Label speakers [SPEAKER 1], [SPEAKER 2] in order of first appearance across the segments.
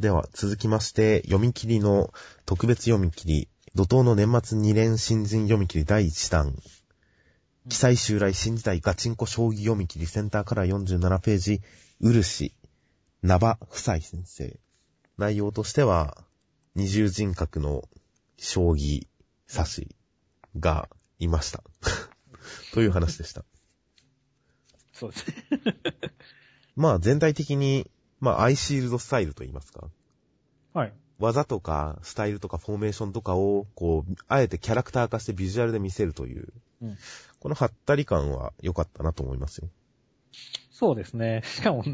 [SPEAKER 1] では、続きまして、読み切りの特別読み切り、怒涛の年末2連新人読み切り第1弾、記載襲来新時代ガチンコ将棋読み切りセンターから47ページ、漆、名場夫妻先生。内容としては、二重人格の将棋指しがいました。 という話でした。
[SPEAKER 2] そうですね。
[SPEAKER 1] まあ全体的に、まあアイシールドスタイルと言いますか。
[SPEAKER 2] はい。
[SPEAKER 1] 技とか、スタイルとか、フォーメーションとかを、こう、あえてキャラクター化してビジュアルで見せるという。
[SPEAKER 2] うん
[SPEAKER 1] このハッタリ感は良かったなと思いますよ。
[SPEAKER 2] そうですね。しかも、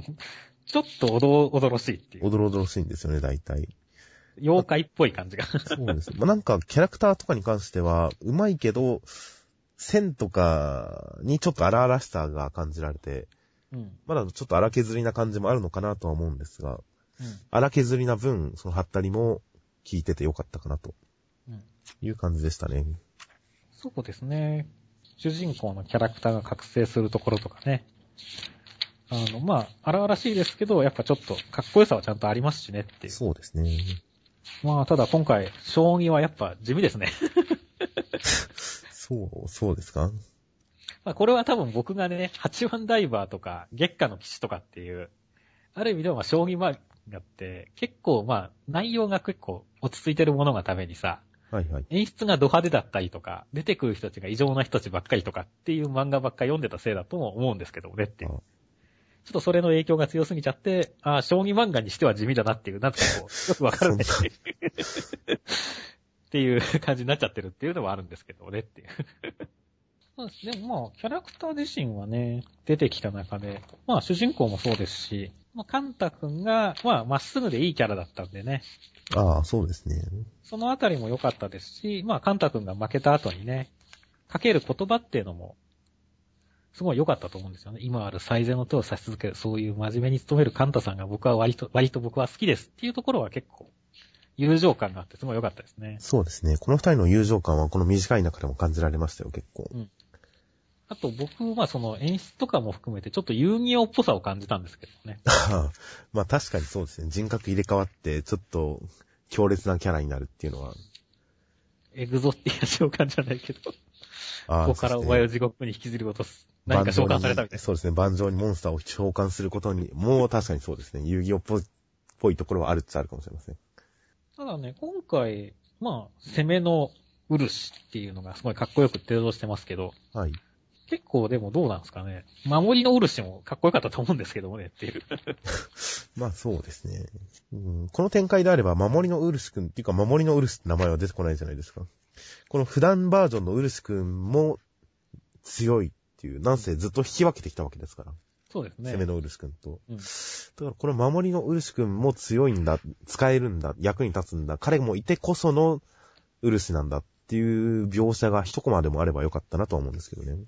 [SPEAKER 2] ちょっとおど、おどろしいっていう。
[SPEAKER 1] おどろおどろしいんですよね、大体。
[SPEAKER 2] 妖怪っぽい感じが。
[SPEAKER 1] そうですね。 まあ、なんか、キャラクターとかに関しては、うまいけど、線とかにちょっと荒々しさが感じられて、
[SPEAKER 2] うん。
[SPEAKER 1] まだちょっと荒削りな感じもあるのかなとは思うんですが、
[SPEAKER 2] うん。
[SPEAKER 1] 荒削りな分、そのハッタリも効いてて良かったかなと
[SPEAKER 2] うん。
[SPEAKER 1] いう感じでしたね。
[SPEAKER 2] そうですね。主人公のキャラクターが覚醒するところとかね。あの、まあ、荒々しいですけど、やっぱちょっとかっこよさはちゃんとありますしねっていう。
[SPEAKER 1] そうですね。
[SPEAKER 2] まあ、ただ今回、将棋はやっぱ地味ですね。
[SPEAKER 1] そう、そうですか
[SPEAKER 2] まあ、これは多分僕がね、八番ダイバーとか、月下の騎士とかっていう、ある意味ではまあ将棋漫画って、結構まあ、内容が結構落ち着いてるものがためにさ、
[SPEAKER 1] はいはい。
[SPEAKER 2] 演出がド派手だったりとか、出てくる人たちが異常な人たちばっかりとかっていう漫画ばっかり読んでたせいだとも思うんですけどねってい
[SPEAKER 1] あ
[SPEAKER 2] う。ちょっとそれの影響が強すぎちゃって、ああ、将棋漫画にしては地味だなっていう、なんかこう、よくわからない。
[SPEAKER 1] そん
[SPEAKER 2] っていう感じになっちゃってるっていうのはあるんですけどねっていう。そうですね。まあ、キャラクター自身はね、出てきた中で、まあ、主人公もそうですし、まあ、カンタ君が、まあ、まっすぐでいいキャラだったんでね、
[SPEAKER 1] ああ、そうですね。
[SPEAKER 2] そのあたりも良かったですし、まあ、カンタ君が負けた後にね、かける言葉っていうのも、すごい良かったと思うんですよね。今ある最善の手を指し続ける、そういう真面目に努めるカンタさんが僕は割と、割と僕は好きですっていうところは結構、友情感があってすごい良かったですね。
[SPEAKER 1] そうですね。この二人の友情感はこの短い中でも感じられましたよ、結構。
[SPEAKER 2] あと僕はその演出とかも含めてちょっと遊戯王っぽさを感じたんですけどね。
[SPEAKER 1] まあ確かにそうですね。人格入れ替わって、ちょっと強烈なキャラになるっていうのは。
[SPEAKER 2] エグゾっていう召喚じゃないけど、こ
[SPEAKER 1] ああ
[SPEAKER 2] こからお前を地獄に引きずり落とす。何か召喚されたみたいな。
[SPEAKER 1] そうですね。盤上にモンスターを召喚することに、もう確かにそうですね。遊戯王っぽいっぽいところはあるっちゃあるかもしれません。
[SPEAKER 2] ただね、今回、まあ、攻めの漆っていうのがすごいかっこよく提動してますけど、
[SPEAKER 1] はい。
[SPEAKER 2] 結構でもどうなんですかね。守りの漆もかっこよかったと思うんですけどもねっていう。
[SPEAKER 1] まあそうですね。うん、この展開であれば、守りのウルス君っていうか、守りのウルスって名前は出てこないじゃないですか。この普段バージョンのウルス君も強いっていう、なんせずっと引き分けてきたわけですから。
[SPEAKER 2] そうですね。
[SPEAKER 1] 攻めのウルス君と。
[SPEAKER 2] うん
[SPEAKER 1] だからこれ守りのウルス君も強いんだ、使えるんだ、役に立つんだ、彼もいてこそのウルスなんだっていう描写が一コマでもあればよかったなとは思うんですけどね。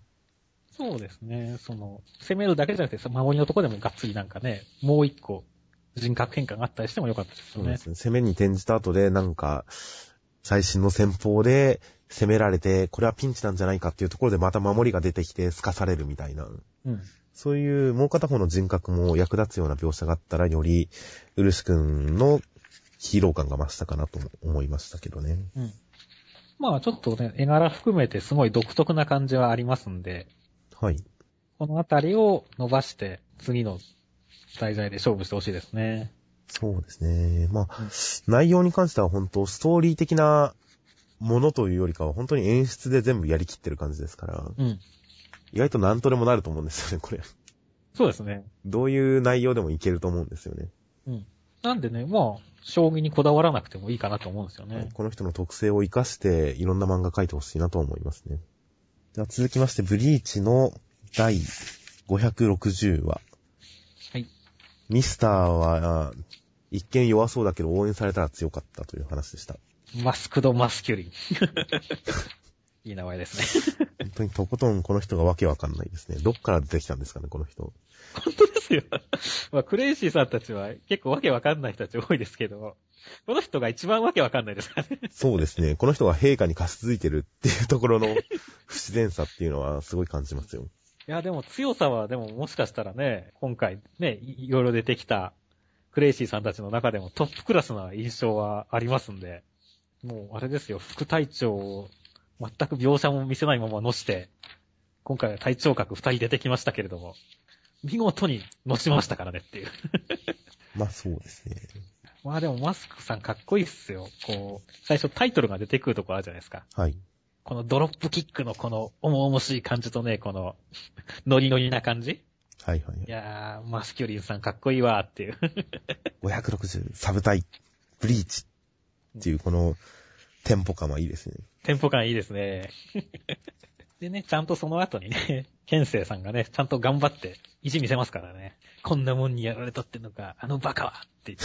[SPEAKER 2] そうですね。その、攻めるだけじゃなくてさ、守りのとこでもがっつりなんかね、もう一個人格変化があったりしてもよかったです
[SPEAKER 1] そう
[SPEAKER 2] よ
[SPEAKER 1] で
[SPEAKER 2] ね。
[SPEAKER 1] すね。攻めに転じた後で、なんか、最新の戦法で攻められて、これはピンチなんじゃないかっていうところでまた守りが出てきて透かされるみたいな。
[SPEAKER 2] うん。
[SPEAKER 1] そういうもう片方の人格も役立つような描写があったら、より、ウルス君のヒーロー感が増したかなとも思いましたけどね。
[SPEAKER 2] うん。まあちょっとね、絵柄含めてすごい独特な感じはありますんで、
[SPEAKER 1] はい。
[SPEAKER 2] このあたりを伸ばして、次の題材で勝負してほしいですね。
[SPEAKER 1] そうですね。まあ
[SPEAKER 2] うん、
[SPEAKER 1] 内容に関しては本当、ストーリー的なものというよりかは、本当に演出で全部やりきってる感じですから、
[SPEAKER 2] うん。
[SPEAKER 1] 意外と何とでもなると思うんですよね、これ。
[SPEAKER 2] そうですね。
[SPEAKER 1] どういう内容でもいけると思うんですよね。
[SPEAKER 2] うん。なんでね、まあ、将棋にこだわらなくてもいいかなと思うんですよね。
[SPEAKER 1] この人の特性を活かして、いろんな漫画描いてほしいなと思いますね。では続きまして、ブリーチの第560話。
[SPEAKER 2] はい。
[SPEAKER 1] ミスターは、あ一見弱そうだけど応援されたら強かったという話でした。
[SPEAKER 2] マスクド・マスキュリン。 いい名前です ね。
[SPEAKER 1] 本当にとことんこの人がわけわかんないですね。どっから出てきたんですかね、この人。
[SPEAKER 2] 本当ですよ。まあ、クレイシーさんたちは結構わけわかんない人たち多いですけど、この人が一番わけわかんないですからね。
[SPEAKER 1] そうですね。この人が陛下に貸し付いてるっていうところ の不自然さっていうのはすごい感じますよ。
[SPEAKER 2] いや、でも強さは、でももしかしたらね、今回ね、いいろいろ出てきたクレイシーさんたちの中でもトップクラスな印象はありますんで、もうあれですよ、副隊長を全く描写も見せないままのして、今回は隊長格二人出てきましたけれども、見事にのしましたからねっていう。
[SPEAKER 1] まあそうですね。
[SPEAKER 2] まあでもマスクさんかっこいいっすよ。こう、最初タイトルが出てくるとこあるじゃないですか。
[SPEAKER 1] はい。
[SPEAKER 2] このドロップキックのこの重々しい感じとね、このノリノリな感じ。
[SPEAKER 1] はいはい
[SPEAKER 2] いやー、マスキュリンさんかっこいいわーっていう。
[SPEAKER 1] はい。560、サブタイ、ブリーチっていうこのテンポ感はいいですね。
[SPEAKER 2] テンポ感いいですね。 でね、ちゃんとその後にね、ケンセイさんがね、ちゃんと頑張って意地見せますからね。こんなもんにやられたってのか、あのバカはって言って。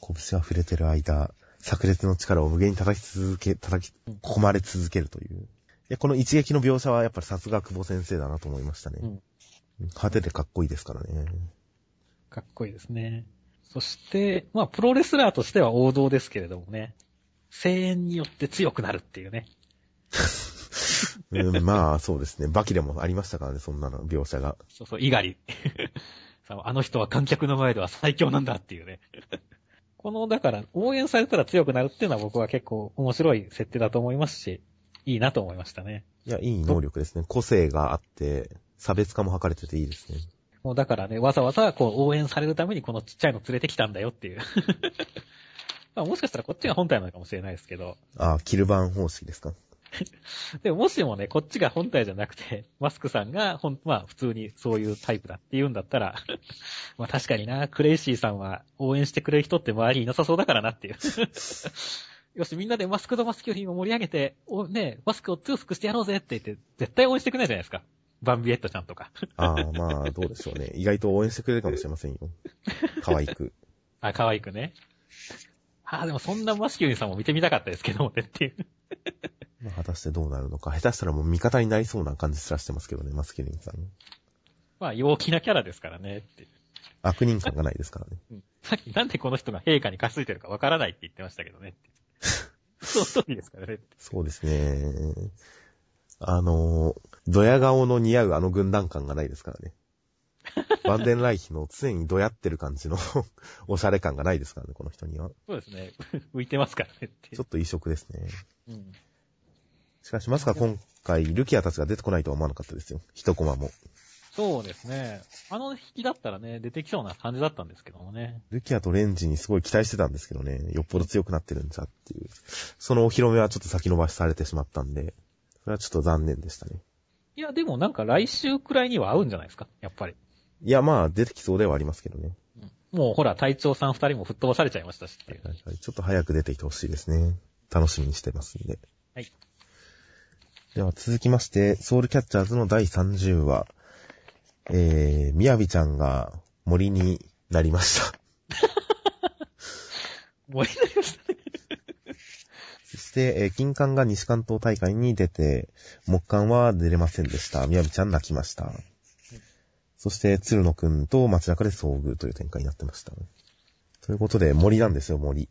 [SPEAKER 1] 拳は触れてる間、炸裂の力を無限に叩き続け、叩き込まれ続けるという。いや、この一撃の描写はやっぱりさすが久保先生だなと思いましたね。
[SPEAKER 2] うん
[SPEAKER 1] 派手でかっこいいですからね。
[SPEAKER 2] かっこいいですね。そして、まあ、プロレスラーとしては王道ですけれどもね、声援によって強くなるっていうね。
[SPEAKER 1] うん、まあ、そうですね。バキでもありましたからね、そんなの描写が。
[SPEAKER 2] そうそう、猪狩。 さああの人は観客の前では最強なんだっていうね。 この、だから、応援されたら強くなるっていうのは僕は結構面白い設定だと思いますし、いいなと思いましたね。
[SPEAKER 1] いや、いい能力ですね。個性があって、差別化も図れてていいですね。
[SPEAKER 2] もうだからね、わざわざこう応援されるためにこのちっちゃいの連れてきたんだよっていう。 まあもしかしたらこっちが本体なのかもしれないですけど、
[SPEAKER 1] あ、キルバン方式ですか。
[SPEAKER 2] でももしもね、こっちが本体じゃなくて、 マスクさんがほん、まあ普通にそういうタイプだって言うんだったら、 まあ確かにな、クレイシーさんは応援してくれる人って周りにいなさそうだからなっていう。 よし、みんなでマスクとマスキュリンを盛り上げて、おね、マスクを強くしてやろうぜって言って、絶対応援してくれないじゃないですか。バンビエットちゃんとか。
[SPEAKER 1] ああ、まあ、どうでしょうね。意外と応援してくれるかもしれませんよ。可愛く。
[SPEAKER 2] あ、可愛くね。ああ、でもそんなマスキュリンさんも見てみたかったですけどもねっていう。
[SPEAKER 1] まあ、果たしてどうなるのか。下手したらもう味方になりそうな感じすらしてますけどね、マスキリンさん。
[SPEAKER 2] まあ陽気なキャラですからねっていう。
[SPEAKER 1] 悪人感がないですからね。
[SPEAKER 2] うんさっきなんでこの人が陛下にかすいてるかわからないって言ってましたけどねっていう。 その通りですからねって。
[SPEAKER 1] そうですね。あの、ドヤ顔の似合うあの軍団感がないですからね。バンデンライヒの常にドヤってる感じの おしゃれ感がないですからね、この人には。
[SPEAKER 2] そうですね。 浮いてますからねってい
[SPEAKER 1] ちょ
[SPEAKER 2] う
[SPEAKER 1] っ。と異色ですね。
[SPEAKER 2] うん
[SPEAKER 1] しかし、まさか今回、ルキアたちが出てこないとは思わなかったですよ。一コマも。
[SPEAKER 2] そうですね。あの引きだったらね、出てきそうな感じだったんですけどもね。
[SPEAKER 1] ルキアとレンジにすごい期待してたんですけどね、よっぽど強くなってるんじゃっていう。そのお披露目はちょっと先延ばしされてしまったんで、それはちょっと残念でしたね。
[SPEAKER 2] いや、でもなんか来週くらいには合うんじゃないですかやっぱり。
[SPEAKER 1] いや、まあ、出てきそうではありますけどね。
[SPEAKER 2] もうほら、隊長さん二人も吹っ飛ばされちゃいましたしっていう。
[SPEAKER 1] はいはいちょっと早く出てきてほしいですね。楽しみにしてますんで。
[SPEAKER 2] はい。
[SPEAKER 1] では続きまして、ソウルキャッチャーズの第30話。えー、みやびちゃんが森になりました。
[SPEAKER 2] 盛り上がりましたね。
[SPEAKER 1] そして、えー金管が西関東大会に出て、木管は出れませんでした。みやびちゃん泣きました。そして、鶴野くんと街中で遭遇という展開になってました。ということで、森なんですよ、森。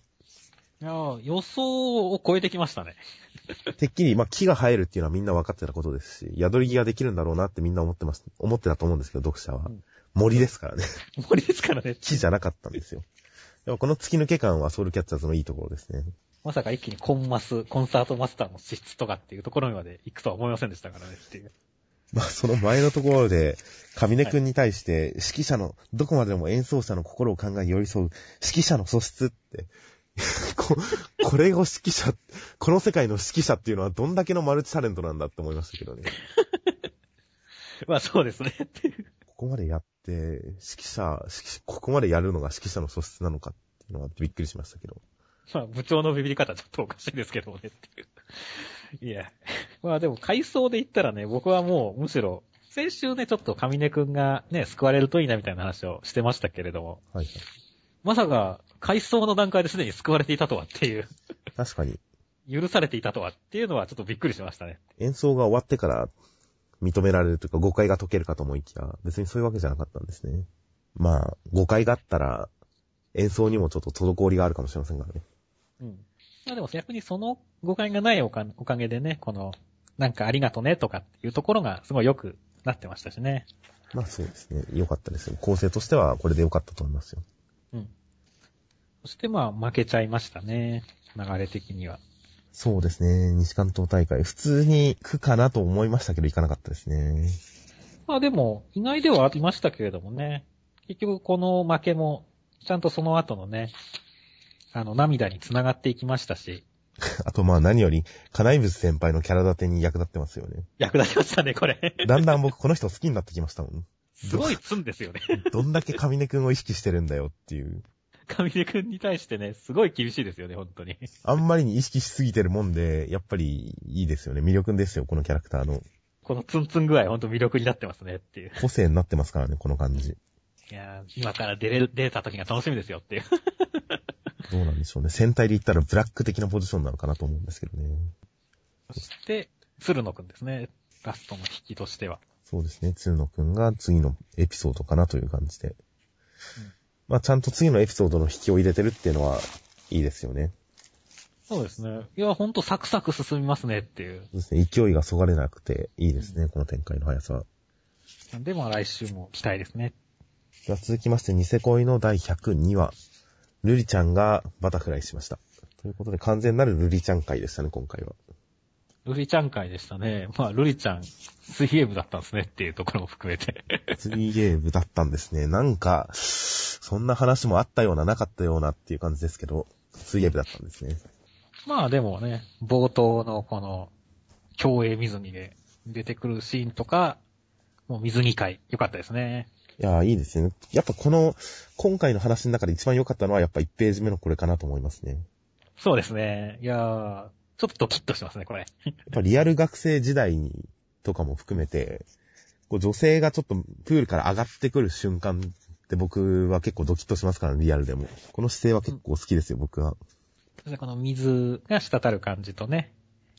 [SPEAKER 2] いやー予想を超えてきましたね。
[SPEAKER 1] てっきり、まあ、木が生えるっていうのはみんな分かってたことですし、宿り木ができるんだろうなってみんな思ってます、思ってたと思うんですけど、読者は
[SPEAKER 2] うん。
[SPEAKER 1] 森ですからね。
[SPEAKER 2] 森ですからね。
[SPEAKER 1] 木じゃなかったんですよ。でもこの突き抜け感はソウルキャッチャーズのいいところですね。
[SPEAKER 2] まさか一気にコンマス、コンサートマスターの資質とかっていうところまで行くとは思いませんでしたからねっていう。
[SPEAKER 1] まあ、その前のところで、上根くんに対して、指揮者の、どこまでも演奏者の心を考え寄り添う、指揮者の素質って、 ここれを指揮者、この世界の指揮者っていうのはどんだけのマルチタレントなんだって思いましたけどね。
[SPEAKER 2] まあそうですねっていう。
[SPEAKER 1] ここまでやって、指揮者、指揮ここまでやるのが指揮者の素質なのかっていうのはびっくりしましたけど。
[SPEAKER 2] まあ部長のビビり方ちょっとおかしいですけどもねっていう。いや。まあでも回想で言ったらね、僕はもうむしろ、先週ね、ちょっと上根くんがね、救われるといいなみたいな話をしてましたけれども、
[SPEAKER 1] はいはい。
[SPEAKER 2] まさか、回想の段階ですでに救われていたとはっていう、
[SPEAKER 1] 確かに、
[SPEAKER 2] 許されていたとはっていうのはちょっとびっくりしましたね。
[SPEAKER 1] 演奏が終わってから認められるというか誤解が解けるかと思いきや、別にそういうわけじゃなかったんですね。まあ、誤解があったら、演奏にもちょっと滞りがあるかもしれませんからね。
[SPEAKER 2] うん。まあでも逆にその誤解がないおかおかげでね、この、なんかありがとねとかっていうところがすごい良くなってましたしね。
[SPEAKER 1] まあそうですね。良かったですよ。構成としてはこれで良かったと思いますよ。
[SPEAKER 2] うん。そしてまあ負けちゃいましたね。流れ的には。
[SPEAKER 1] そうですね。西関東大会。普通に行くかなと思いましたけど、行かなかったですね。
[SPEAKER 2] まあでも、意外ではありましたけれどもね。結局この負けも、ちゃんとその後のね、あの、涙に繋がっていきましたし、
[SPEAKER 1] あとまあ何より、金井仏先輩のキャラ立てに役立ってますよね。
[SPEAKER 2] 役立ちましたね、これ。
[SPEAKER 1] だんだん僕この人好きになってきましたもん。
[SPEAKER 2] すごいツンですよね。
[SPEAKER 1] どんだけ上根くんを意識してるんだよっていう。
[SPEAKER 2] 上出くんに対してね、すごい厳しいですよね、本当に。
[SPEAKER 1] あんまりに意識しすぎてるもんで、やっぱりいいですよね。魅力ですよ、このキャラクターの。
[SPEAKER 2] このツンツン具合、本当魅力になってますね、っていう。
[SPEAKER 1] 個性になってますからね、この感じ。
[SPEAKER 2] いやー今から出れる、出た時が楽しみですよっていう。
[SPEAKER 1] どうなんでしょうね。戦隊で言ったらブラック的なポジションなのかなと思うんですけどね。
[SPEAKER 2] そして、鶴野くんですね。ラストの引きとしては。
[SPEAKER 1] そうですね。つるのくんが次のエピソードかなという感じで。まあ、ちゃんと次のエピソードの引きを入れてるっていうのは、いいですよね。
[SPEAKER 2] そうですね。いや、ほんとサクサク進みますねっていう。
[SPEAKER 1] そうですね。勢いがそがれなくて、いいですね。この展開の速さは。
[SPEAKER 2] なんで、まあ来週も期待ですね。
[SPEAKER 1] では続きまして、ニセ恋の第102話。ルリちゃんがバタフライしました。ということで、完全なるルリちゃん回でしたね、今回は。
[SPEAKER 2] ルリちゃん会でしたね。まあ、ルリちゃん、水泳部だったんですねっていうところも含めて。
[SPEAKER 1] 3ゲームだったんですね。なんか、そんな話もあったような、なかったようなっていう感じですけど、3ゲームだったんですね。
[SPEAKER 2] まあでもね、冒頭のこの、競泳水着で出てくるシーンとか、もう水着会、良かったですね。
[SPEAKER 1] いやー、いいですね。やっぱこの、今回の話の中で一番良かったのは、やっぱ1ページ目のこれかなと思いますね。
[SPEAKER 2] そうですね。いやー、ちょっとドキッとしますね、これ。
[SPEAKER 1] やっぱリアル学生時代に、とかも含めて、こう女性がちょっとプールから上がってくる瞬間って僕は結構ドキッとしますからね、リアルでも。この姿勢は結構好きですよ、僕は。
[SPEAKER 2] そしてこの水が滴る感じとね、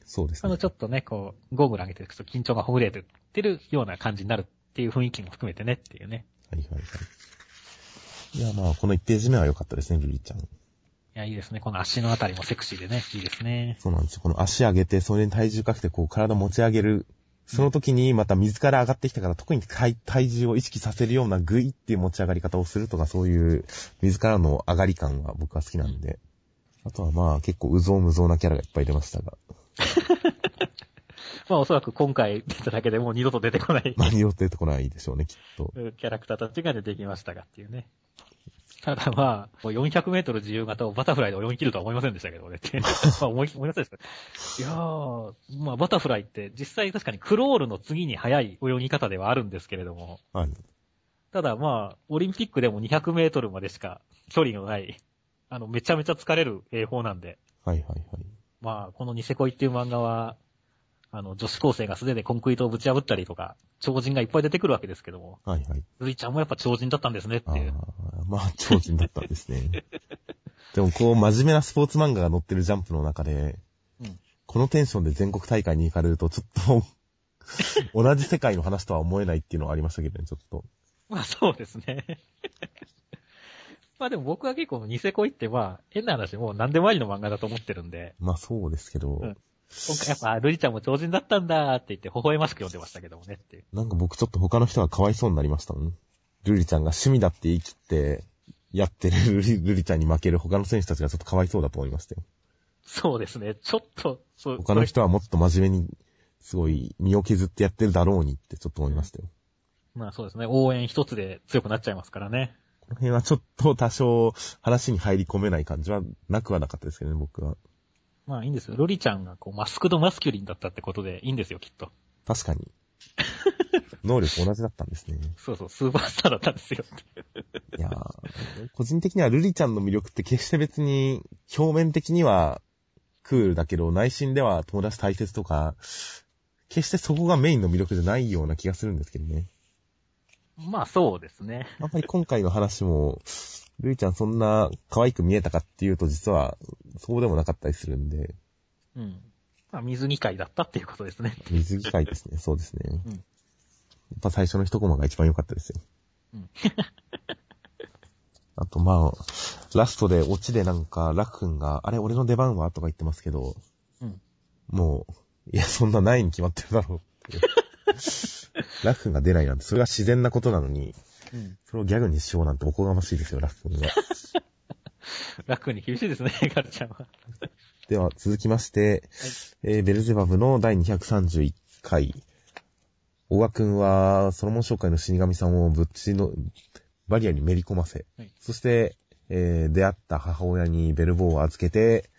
[SPEAKER 1] そうです
[SPEAKER 2] あ
[SPEAKER 1] ね
[SPEAKER 2] のち。ょっとね、こう、ゴーグル上げていくと緊張がほぐれてってるような感じになるっていう雰囲気も含めてねっていうね。
[SPEAKER 1] はいはいはい。いや、まあ、この1ページ目は良かったですね、ルリちゃん。
[SPEAKER 2] いや、いいですね。この足のあたりもセクシーでね、いいですね。
[SPEAKER 1] そうなんですよ。この足上げて、それに体重かけて、こう、体持ち上げる。その時に、また水から上がってきたから、特に体体重を意識させるようなグイっていう持ち上がり方をするとか、そういう、水からの上がり感が僕は好きなんで。あとはまあ、結構、うぞうむぞうなキャラがいっぱい出ましたが。
[SPEAKER 2] まあおそらく今回出ただけでもう二度と出て こない
[SPEAKER 1] マリオっていうところはいいでしょうね、きっと。
[SPEAKER 2] キャラクターたちが出てきましたがっていうね。ただまあ、もう400メートル自由形をバタフライで泳ぎ切るとは思いませんでしたけどねって。まあ思い、思いませんでした。いやー、まあバタフライって実際確かにクロールの次に速い泳ぎ方ではあるんですけれども、
[SPEAKER 1] はい。
[SPEAKER 2] ただまあ、オリンピックでも200メートルまでしか距離のない、あの、めちゃめちゃ疲れる泳法なんで、
[SPEAKER 1] はいはいはい。
[SPEAKER 2] まあ、このニセ恋っていう漫画は、あの、女子高生が素手でコンクリートをぶち破ったりとか、超人がいっぱい出てくるわけですけども、
[SPEAKER 1] はいはい。
[SPEAKER 2] ルイちゃんもやっぱ超人だったんですねっ
[SPEAKER 1] あ
[SPEAKER 2] ていう。
[SPEAKER 1] あ、まあ、超人だったんですね。 でも、こう、真面目なスポーツ漫画が載ってるジャンプの中で、
[SPEAKER 2] うん
[SPEAKER 1] このテンションで全国大会に行かれると、ち ょっと、同じ世界の話とは思えないっていうのはありましたけどね、ちょっと。
[SPEAKER 2] まあそうですね。 まあでも僕は結構ニセ恋ってまあ、変な話もう何でもありの漫画だと思ってるんで、
[SPEAKER 1] まあ、そうですけど、
[SPEAKER 2] うん今回やっぱルイちゃんも超人だったんだーって言って微笑ましく読んでましたけどもねっていう。
[SPEAKER 1] なんか僕ちょっと他の人がかわいそうになりましたもん。ルリちゃんが趣味だって言い切って、やってる ルリルリちゃんに負ける他の選手たちがちょっとかわいそうだと思いましたよ。
[SPEAKER 2] そうですね。ちょっと、そう。
[SPEAKER 1] 他の人はもっと真面目に、すごい身を削ってやってるだろうにってちょっと思いましたよ。
[SPEAKER 2] まあそうですね。応援一つで強くなっちゃいますからね。
[SPEAKER 1] この辺はちょっと多少話に入り込めない感じはなくはなかったですけどね、僕は。
[SPEAKER 2] まあいいんですよ。ルリちゃんがこうマスクドマスキュリンだったってことでいいんですよ、きっと。
[SPEAKER 1] 確かに。能力同じだったんですね。
[SPEAKER 2] そうそう、スーパースターだったんですよ。
[SPEAKER 1] いやー個人的にはルリちゃんの魅力って決して別に表面的にはクールだけど内心では友達大切とか、決してそこがメインの魅力じゃないような気がするんですけどね。
[SPEAKER 2] まあそうですね。
[SPEAKER 1] あんまり今回の話も、ルリちゃんそんな可愛く見えたかっていうと実はそうでもなかったりするんで、
[SPEAKER 2] うん。まあ水着会だったっていうことですね。
[SPEAKER 1] 水着会ですね、そうですね。
[SPEAKER 2] うん
[SPEAKER 1] やっぱ最初の一コマが一番良かったですよ。
[SPEAKER 2] うん
[SPEAKER 1] あとまあ、ラストでオチでなんか、ラク君が、あれ俺の出番はとか言ってますけど、
[SPEAKER 2] うん。
[SPEAKER 1] もう、いや、そんなないに決まってるだろう って。ラク君が出ないなんて、それが自然なことなのに、
[SPEAKER 2] うん。
[SPEAKER 1] それをギャグにしようなんておこがましいですよ、ラク君が。
[SPEAKER 2] 楽に厳しいですね、 ガルちゃんは。
[SPEAKER 1] では、続きまして、えーベルゼバブの第231回。小川くんは、ソロモン紹介の死神さんをぶっちの、バリアにめり込ませ、
[SPEAKER 2] はい
[SPEAKER 1] そして、えー出会った母親にベルボーを預けて、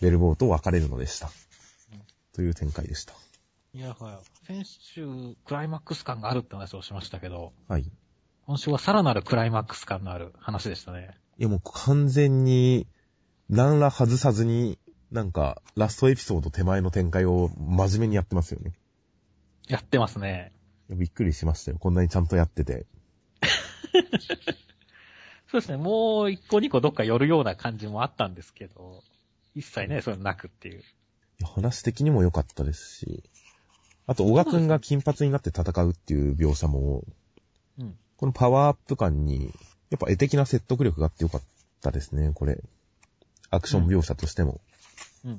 [SPEAKER 1] ベルボーと別れるのでした。という展開でした。
[SPEAKER 2] いや、はい。先週、クライマックス感があるって話をしましたけど、
[SPEAKER 1] はい。い
[SPEAKER 2] 今週はさらなるクライマックス感のある話でしたね。
[SPEAKER 1] や、もう完全に、何ら外さずに、なんか、ラストエピソード手前の展開を真面目にやってますよね。
[SPEAKER 2] やってますね。
[SPEAKER 1] いやびっくりしましたよ。こんなにちゃんとやってて。
[SPEAKER 2] そうですね、もう一個二個どっか寄るような感じもあったんですけど、一切ね、それなくっていう。
[SPEAKER 1] いや話的にも良かったですし、あと、小賀くんが金髪になって戦うっていう描写も、
[SPEAKER 2] うん。
[SPEAKER 1] このパワーアップ感に、やっぱ絵的な説得力があって良かったですね、これ。アクション描写としても。
[SPEAKER 2] うん。
[SPEAKER 1] や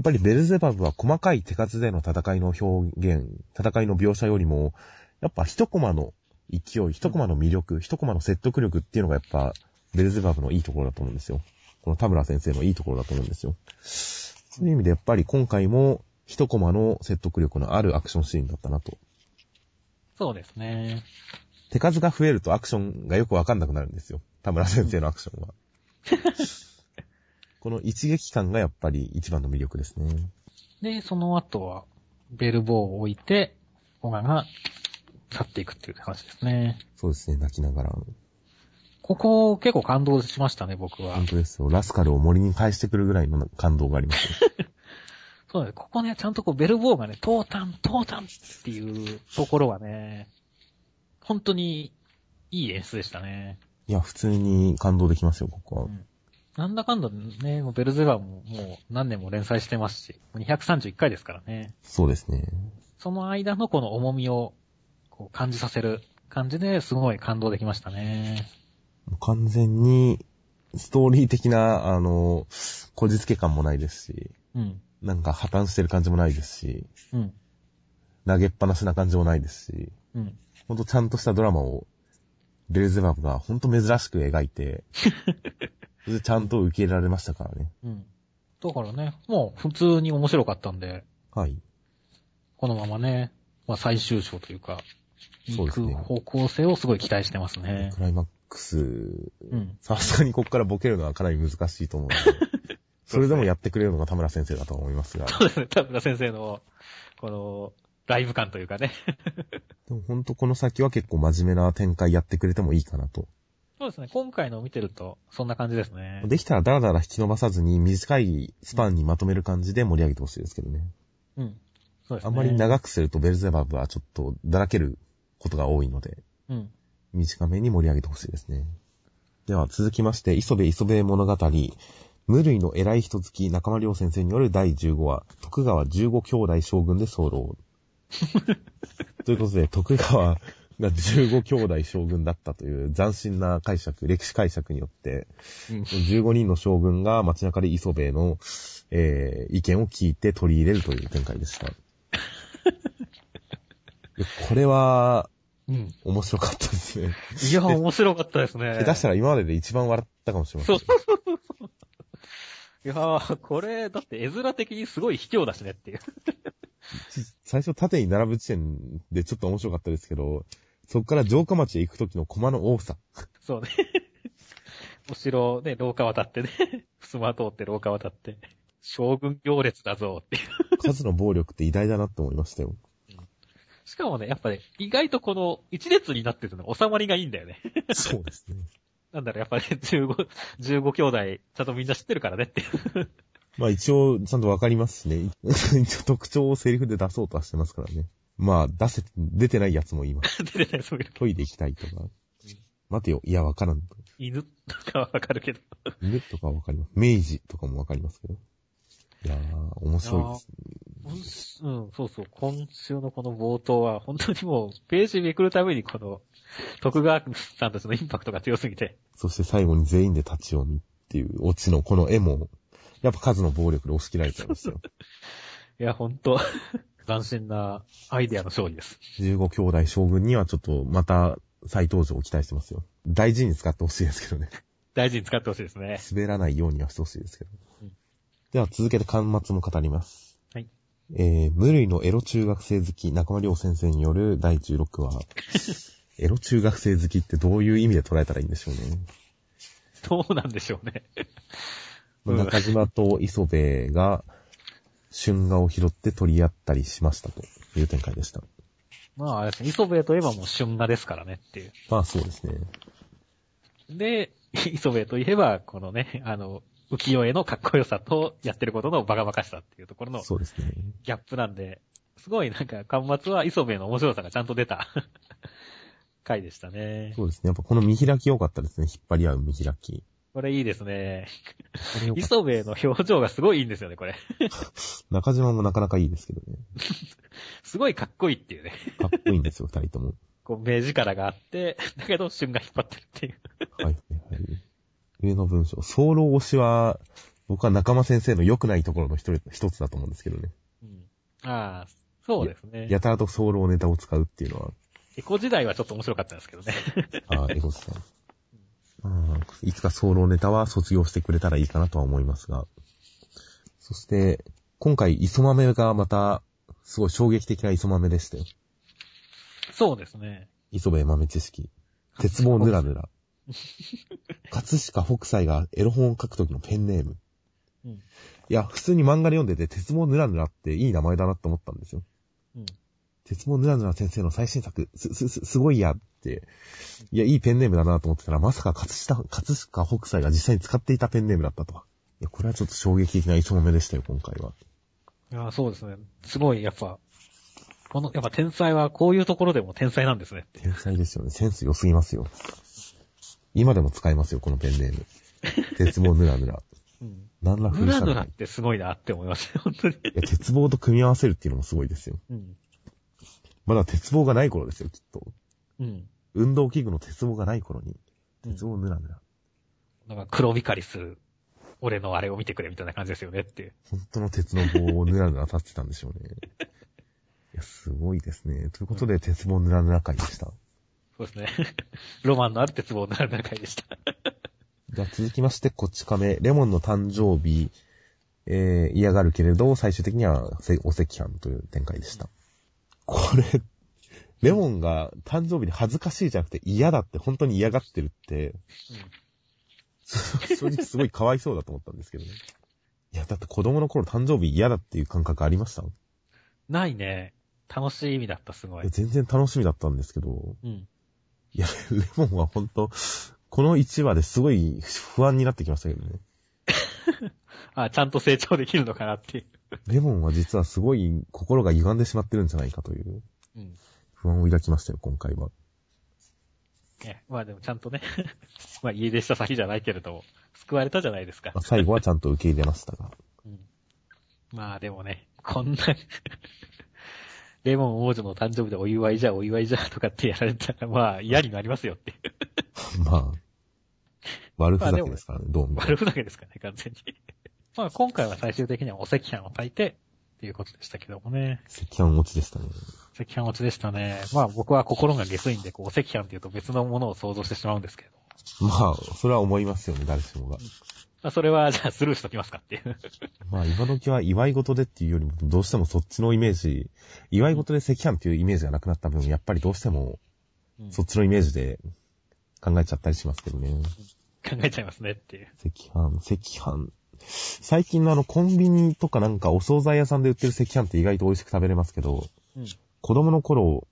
[SPEAKER 1] っぱりベルゼバブは細かい手数での戦いの表現、戦いの描写よりも、やっぱ一コマの勢い、一コマの魅力、一コマの説得力っていうのがやっぱ、ベルゼバブのいいところだと思うんですよ。この田村先生のいいところだと思うんですよ。そういう意味でやっぱり今回も一コマの説得力のあるアクションシーンだったなと。
[SPEAKER 2] そうですね。
[SPEAKER 1] 手数が増えるとアクションがよくわかんなくなるんですよ。田村先生のアクションは。この一撃感がやっぱり一番の魅力ですね。
[SPEAKER 2] で、その後は、ベルボーを置いて、オガが去っていくっていう話ですね。
[SPEAKER 1] そうですね、泣きながら。
[SPEAKER 2] ここ結構感動しましたね、僕は
[SPEAKER 1] 本。当ですよ。ラスカルを森に返してくるぐらいの感動がありますね。
[SPEAKER 2] そうです。ここね、ちゃんとこう、ベルボーがね、トータン、トータンっていうところはね、本当にいい演出でしたね。
[SPEAKER 1] いや、普通に感動できますよ、ここは。
[SPEAKER 2] うんなんだかんだね、もうベルゼバーももう何年も連載してますし、231回ですからね。
[SPEAKER 1] そうですね。
[SPEAKER 2] その間のこの重みをこう感じさせる感じですごい感動できましたね。
[SPEAKER 1] 完全に、ストーリー的な、あの、こじつけ感もないですし、
[SPEAKER 2] うん。
[SPEAKER 1] なんか破綻してる感じもないですし、
[SPEAKER 2] うん。
[SPEAKER 1] 投げっぱなしな感じもないですし、
[SPEAKER 2] うん。
[SPEAKER 1] ほんとちゃんとしたドラマを、ベルゼバブがほんと珍しく描いて、それでちゃんと受け入れられましたからね。
[SPEAKER 2] うん。だからね、もう普通に面白かったんで、
[SPEAKER 1] はい。
[SPEAKER 2] このままね、まあ最終章というか、
[SPEAKER 1] そう
[SPEAKER 2] 行
[SPEAKER 1] です
[SPEAKER 2] く
[SPEAKER 1] ね
[SPEAKER 2] 方向性をすごい期待してますね。
[SPEAKER 1] クライマックス、
[SPEAKER 2] うん。
[SPEAKER 1] さすがにここからボケるのはかなり難しいと思うので、 それでもやってくれるのが田村先生だと思いますが、
[SPEAKER 2] そうですね、田村先生の、この、ライブ感というかね。
[SPEAKER 1] でもほんとこの先は結構真面目な展開やってくれてもいいかなと。
[SPEAKER 2] そうですね、今回のを見てると、そんな感じですね。
[SPEAKER 1] できたらダラダラ引き伸ばさずに短いスパンにまとめる感じで盛り上げてほしいですけどね。
[SPEAKER 2] うん。そうですね。
[SPEAKER 1] あんまり長くするとベルゼバブはちょっとだらけることが多いので。
[SPEAKER 2] うん。
[SPEAKER 1] 短めに盛り上げてほしいですね。では続きまして、磯部磯部物語、無類の偉い人好き中間良先生による第15話、徳川15兄弟将軍で候。 ということで、徳川が15兄弟将軍だったという斬新な解釈、歴史解釈によって、
[SPEAKER 2] うん
[SPEAKER 1] 15人の将軍が街中で磯部の、えー意見を聞いて取り入れるという展開で した。いやこれは、
[SPEAKER 2] うん。
[SPEAKER 1] 面白かったですね。
[SPEAKER 2] いや、面白かったですね。
[SPEAKER 1] 下手したら今までで一番笑ったかもしれません
[SPEAKER 2] そう。 そうそうそう。いやー、これ、だって絵面的にすごい卑怯だしねっていう。
[SPEAKER 1] 最初縦に並ぶ時点でちょっと面白かったですけど、そこから城下町へ行く時の駒の多 さ。
[SPEAKER 2] そうね。 お城ね、廊下渡ってね、 襖通って廊下渡って、将軍行列だぞっていう。
[SPEAKER 1] 数の暴力って偉大だなって思いましたよ。
[SPEAKER 2] しかもね、やっぱね、意外とこの一列になってるの収まりがいいんだよね。
[SPEAKER 1] そうですね。
[SPEAKER 2] なんだろう、やっぱね、15、15兄弟、ちゃんとみんな知ってるからねっていう。
[SPEAKER 1] まあ一応、ちゃんとわかりますしね。 一応特徴をセリフで出そうとはしてますからね。まあ、出せ、出てないやつもいます。
[SPEAKER 2] 出てない、そういうの。
[SPEAKER 1] トイレ行きたいとか。待てよ、いや、わからん。
[SPEAKER 2] 犬とかはわかるけど。
[SPEAKER 1] 犬とかわかります。明治とかもわかりますけど。いやー、面白いですね。
[SPEAKER 2] うん、そうそう。今週のこの冒頭は、本当にもう、ページめくるためにこの、徳川さんたちのインパクトが強すぎて。
[SPEAKER 1] そして最後に全員で立ち読みっていうオチのこの絵も、やっぱ数の暴力で押し切られちゃいました よ。
[SPEAKER 2] いや、本当 斬新なアイデアの勝利です。
[SPEAKER 1] 15兄弟将軍にはちょっとまた再登場を期待してますよ。大事に使ってほしいですけどね。
[SPEAKER 2] 大事に使ってほしいですね。
[SPEAKER 1] 滑らないようにはしてほしいですけど
[SPEAKER 2] うん。
[SPEAKER 1] では続けて巻末も語ります。
[SPEAKER 2] はい。
[SPEAKER 1] えー、無類のエロ中学生好き、中間良先生による第16話。 エロ中学生好きってどういう意味で捉えたらいいんでしょうね。
[SPEAKER 2] どうなんでしょうね。うん
[SPEAKER 1] 中島と磯部が、春画を拾って取り合ったりしましたという展開でした。
[SPEAKER 2] まあ、あれですね。磯部といえばもう春画ですからねっていう。
[SPEAKER 1] まあそうですね。
[SPEAKER 2] で、磯部といえば、このね、あの、浮世絵のかっこよさとやってることのバカバカしさっていうところの
[SPEAKER 1] そうですね。
[SPEAKER 2] ギャップなんで、すごいなんか、端末は磯部の面白さがちゃんと出た 回でしたね。
[SPEAKER 1] そうですね。やっぱこの見開き良かったですね。引っ張り合う見開き。
[SPEAKER 2] これいいですね。
[SPEAKER 1] これ良かっ
[SPEAKER 2] 磯部の表情がすごいいいんですよね、これ。
[SPEAKER 1] た中島もなかなかいいですけどね。
[SPEAKER 2] すごいかっこいいっていうね。
[SPEAKER 1] かっこいいんですよ、二人とも。
[SPEAKER 2] こう、目力があって、だけど旬が引っ張ってるっていう。
[SPEAKER 1] はいはいはい。上の文章。早漏推しは、僕は仲間先生の良くないところの一人一つだと思うんですけどね。
[SPEAKER 2] うん。ああ、そうですね。
[SPEAKER 1] やたらと早漏ネタを使うっていうのは、
[SPEAKER 2] エコ時代はちょっと面白かったんですけどね。
[SPEAKER 1] ああ、エゴスさん。ああいつかソロネタは卒業してくれたらいいかなとは思いますが。そして、今回、磯豆がまた、すごい衝撃的な磯豆でしたよ。
[SPEAKER 2] そうですね。
[SPEAKER 1] 磯部豆知識。鉄棒ぬらぬら。葛飾北斎がエロ本を書くときのペンネーム。
[SPEAKER 2] うん。
[SPEAKER 1] いや、普通に漫画で読んでて、鉄棒ぬらぬらっていい名前だなと思ったんですよ。
[SPEAKER 2] うん。
[SPEAKER 1] 鉄棒ぬらぬら先生の最新作、す、す、す、すごいやって、いや、いいペンネームだなと思ってたら、まさか葛飾、葛飾北斎が実際に使っていたペンネームだったとは。いや、これはちょっと衝撃的な一目でしたよ、今回は。
[SPEAKER 2] いや、そうですね。すごい、やっぱ、この、やっぱ天才はこういうところでも天才なんですねっていう。
[SPEAKER 1] 天才ですよね。センス良すぎますよ。今でも使えますよ、このペンネーム。鉄棒ぬらぬら。
[SPEAKER 2] うん。
[SPEAKER 1] なんら
[SPEAKER 2] ぬ
[SPEAKER 1] 古
[SPEAKER 2] ら
[SPEAKER 1] さ
[SPEAKER 2] ぬ
[SPEAKER 1] な
[SPEAKER 2] らっ
[SPEAKER 1] い。
[SPEAKER 2] てすごいなって思いますね、 本当に。
[SPEAKER 1] いや、鉄棒と組み合わせるっていうのもすごいですよ。
[SPEAKER 2] うん。
[SPEAKER 1] まだ鉄棒がない頃ですよ、きっと。
[SPEAKER 2] うん。
[SPEAKER 1] 運動器具の鉄棒がない頃に。
[SPEAKER 2] うん
[SPEAKER 1] 鉄棒ぬらぬら。
[SPEAKER 2] なんか黒光りする、俺のあれを見てくれみたいな感じですよねっていう。
[SPEAKER 1] 本当の鉄の棒をぬらぬら立ってたんでしょう ね。いや、すごいですね。ということで、鉄棒ぬらぬら会でした。
[SPEAKER 2] そうですね。 ロマンのある鉄棒ぬらぬら回でした。
[SPEAKER 1] じゃあ続きまして、こっち亀、レモンの誕生日、えー、嫌がるけれど、最終的にはせお赤飯という展開でした。これ、レモンが誕生日に恥ずかしいじゃなくて嫌だって、本当に嫌がってるって、正直すごいかわいそうだと思ったんですけどね。いや、だって子供の頃誕生日嫌だっていう感覚ありました
[SPEAKER 2] ないね。楽しい意味だった、すごい
[SPEAKER 1] え。全然楽しみだったんですけど、
[SPEAKER 2] うん。
[SPEAKER 1] いや、レモンは本当この1話ですごい不安になってきましたけどね。
[SPEAKER 2] あ、ちゃんと成長できるのかなっていう。
[SPEAKER 1] レモンは実はすごい心が歪んでしまってるんじゃないかという
[SPEAKER 2] うん。
[SPEAKER 1] 不安を抱きましたよ、今回は。
[SPEAKER 2] ね、まあでもちゃんとね、 まあ家出した先じゃないけれども、救われたじゃないですか
[SPEAKER 1] まあ。最後はちゃんと受け入れましたが。
[SPEAKER 2] うん、まあでもね、こんな、レモン王女の誕生日でお祝いじゃお祝いじゃとかってやられたら、まあ嫌になりますよって いう。
[SPEAKER 1] まあ、悪ふざけですからね、どう見ても
[SPEAKER 2] 悪ふざけですからね、完全に。 まあ今回は最終的にはお赤飯を炊いて、っていうことでしたけどもね。
[SPEAKER 1] 赤飯持ちでしたね。
[SPEAKER 2] 赤飯落ちでしたね。まあ僕は心が下水んで、こう、お赤飯っていうと別のものを想像してしまうんですけれど。
[SPEAKER 1] まあ、それは思いますよね、誰しもが。
[SPEAKER 2] まあそれはじゃあスルーしときますかっていう。
[SPEAKER 1] まあ、今時は祝い事でっていうよりも、どうしてもそっちのイメージ、祝い事で赤飯っていうイメージがなくなった分、やっぱりどうしても、そっちのイメージで考えちゃったりしますけどね。
[SPEAKER 2] 考えちゃいますねっていう。
[SPEAKER 1] 赤飯、赤飯。最近のあの、コンビニとかなんかお惣菜屋さんで売ってる赤飯って意外と美味しく食べれますけど、
[SPEAKER 2] うん。
[SPEAKER 1] 子供の頃、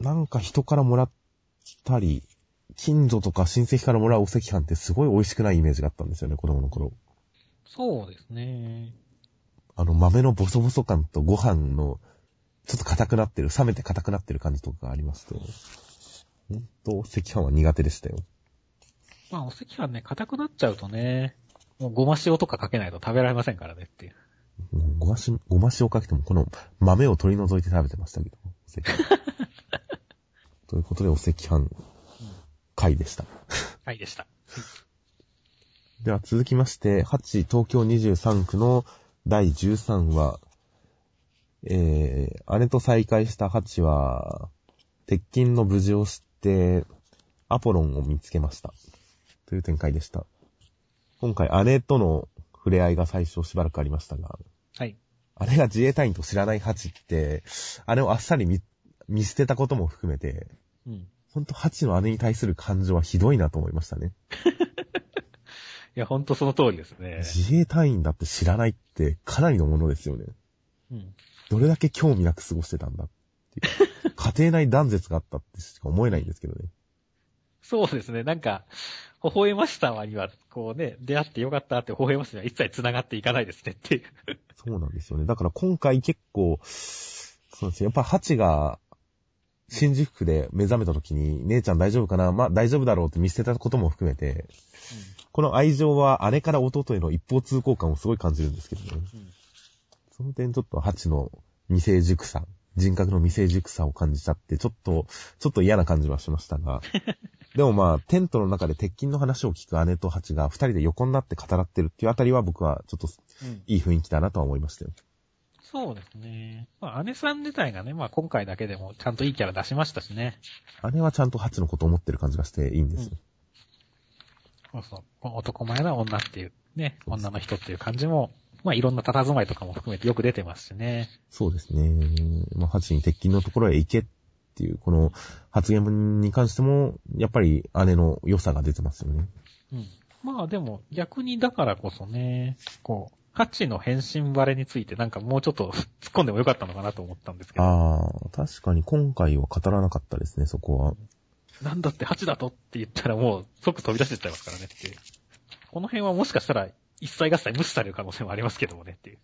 [SPEAKER 1] なんか人からもらったり、近所とか親戚からもらうお赤飯ってすごい美味しくないイメージがあったんですよね、子供の頃。
[SPEAKER 2] そうですね。
[SPEAKER 1] あの、豆のボソボソ感とご飯の、ちょっと硬くなってる、冷めて硬くなってる感じとかがありますと、ほんと、赤飯は苦手でしたよ。
[SPEAKER 2] まあ、お赤飯ね、硬くなっちゃうとね、もうごま塩とかかけないと食べられませんからねっていう。
[SPEAKER 1] うんごまし、ごま塩かけても、この豆を取り除いて食べてましたけど、お赤飯。ということで、お赤飯会でした。
[SPEAKER 2] はい、でした。
[SPEAKER 1] では続きまして、8、東京23区の第13話。えー、姉と再会した8は、鉄筋の無事を知って、アポロンを見つけました。という展開でした。今回姉との触れ合いが最初しばらくありましたが、
[SPEAKER 2] はい。
[SPEAKER 1] 姉が自衛隊員と知らないハチって、姉をあっさり見、見捨てたことも含めて、
[SPEAKER 2] うん。
[SPEAKER 1] ほんとハチの姉に対する感情はひどいなと思いましたね。
[SPEAKER 2] いや、ほんとその通りですね。
[SPEAKER 1] 自衛隊員だって知らないってかなりのものですよね。
[SPEAKER 2] うん。
[SPEAKER 1] どれだけ興味なく過ごしてたんだっていう。家庭内断絶があったってしか思えないんですけどね。
[SPEAKER 2] そうですね。なんか、微笑ましさはには、こうね、出会ってよかったって微笑ましさには一切繋がっていかないですねっていう。
[SPEAKER 1] そうなんですよね。だから今回結構、そうですね。やっぱハチが、新宿区で目覚めた時に、姉ちゃん大丈夫かなまあ大丈夫だろうって見捨てたことも含めて、この愛情は姉から弟への一方通行感をすごい感じるんですけどね。
[SPEAKER 2] うん。うん
[SPEAKER 1] その点ちょっとハチの未成熟さ、人格の未成熟さを感じちゃって、ちょっと、ちょっと嫌な感じはしましたが。でもまあ、テントの中で鉄筋の話を聞く姉とハチが二人で横になって語らってるっていうあたりは僕はちょっと
[SPEAKER 2] うん。
[SPEAKER 1] いい雰囲気だなとは思いましたよ。
[SPEAKER 2] そうですね。まあ、姉さん自体がね、まあ今回だけでもちゃんといいキャラ出しましたしね。
[SPEAKER 1] 姉はちゃんとハチのこと思ってる感じがしていいんですよ。
[SPEAKER 2] そうそう。この男前な女っていう、ね、女の人っていう感じも、まあいろんな佇まいとかも含めてよく出てますしね。
[SPEAKER 1] そうですね。まあ、ハチに鉄筋のところへ行けっていう、この発言に関しても、やっぱり姉の良さが出てますよね。
[SPEAKER 2] うん。まあでも逆にだからこそね、こう、ハチの変身バレについてなんかもうちょっと突っ込んでもよかったのかなと思ったんですけど、
[SPEAKER 1] ああ、確かに今回は語らなかったですね、そこは。
[SPEAKER 2] なんだってハチだとって言ったらもう即飛び出してっちゃいますからねっていう。この辺はもしかしたら一切合切無視される可能性もありますけどもねっていう。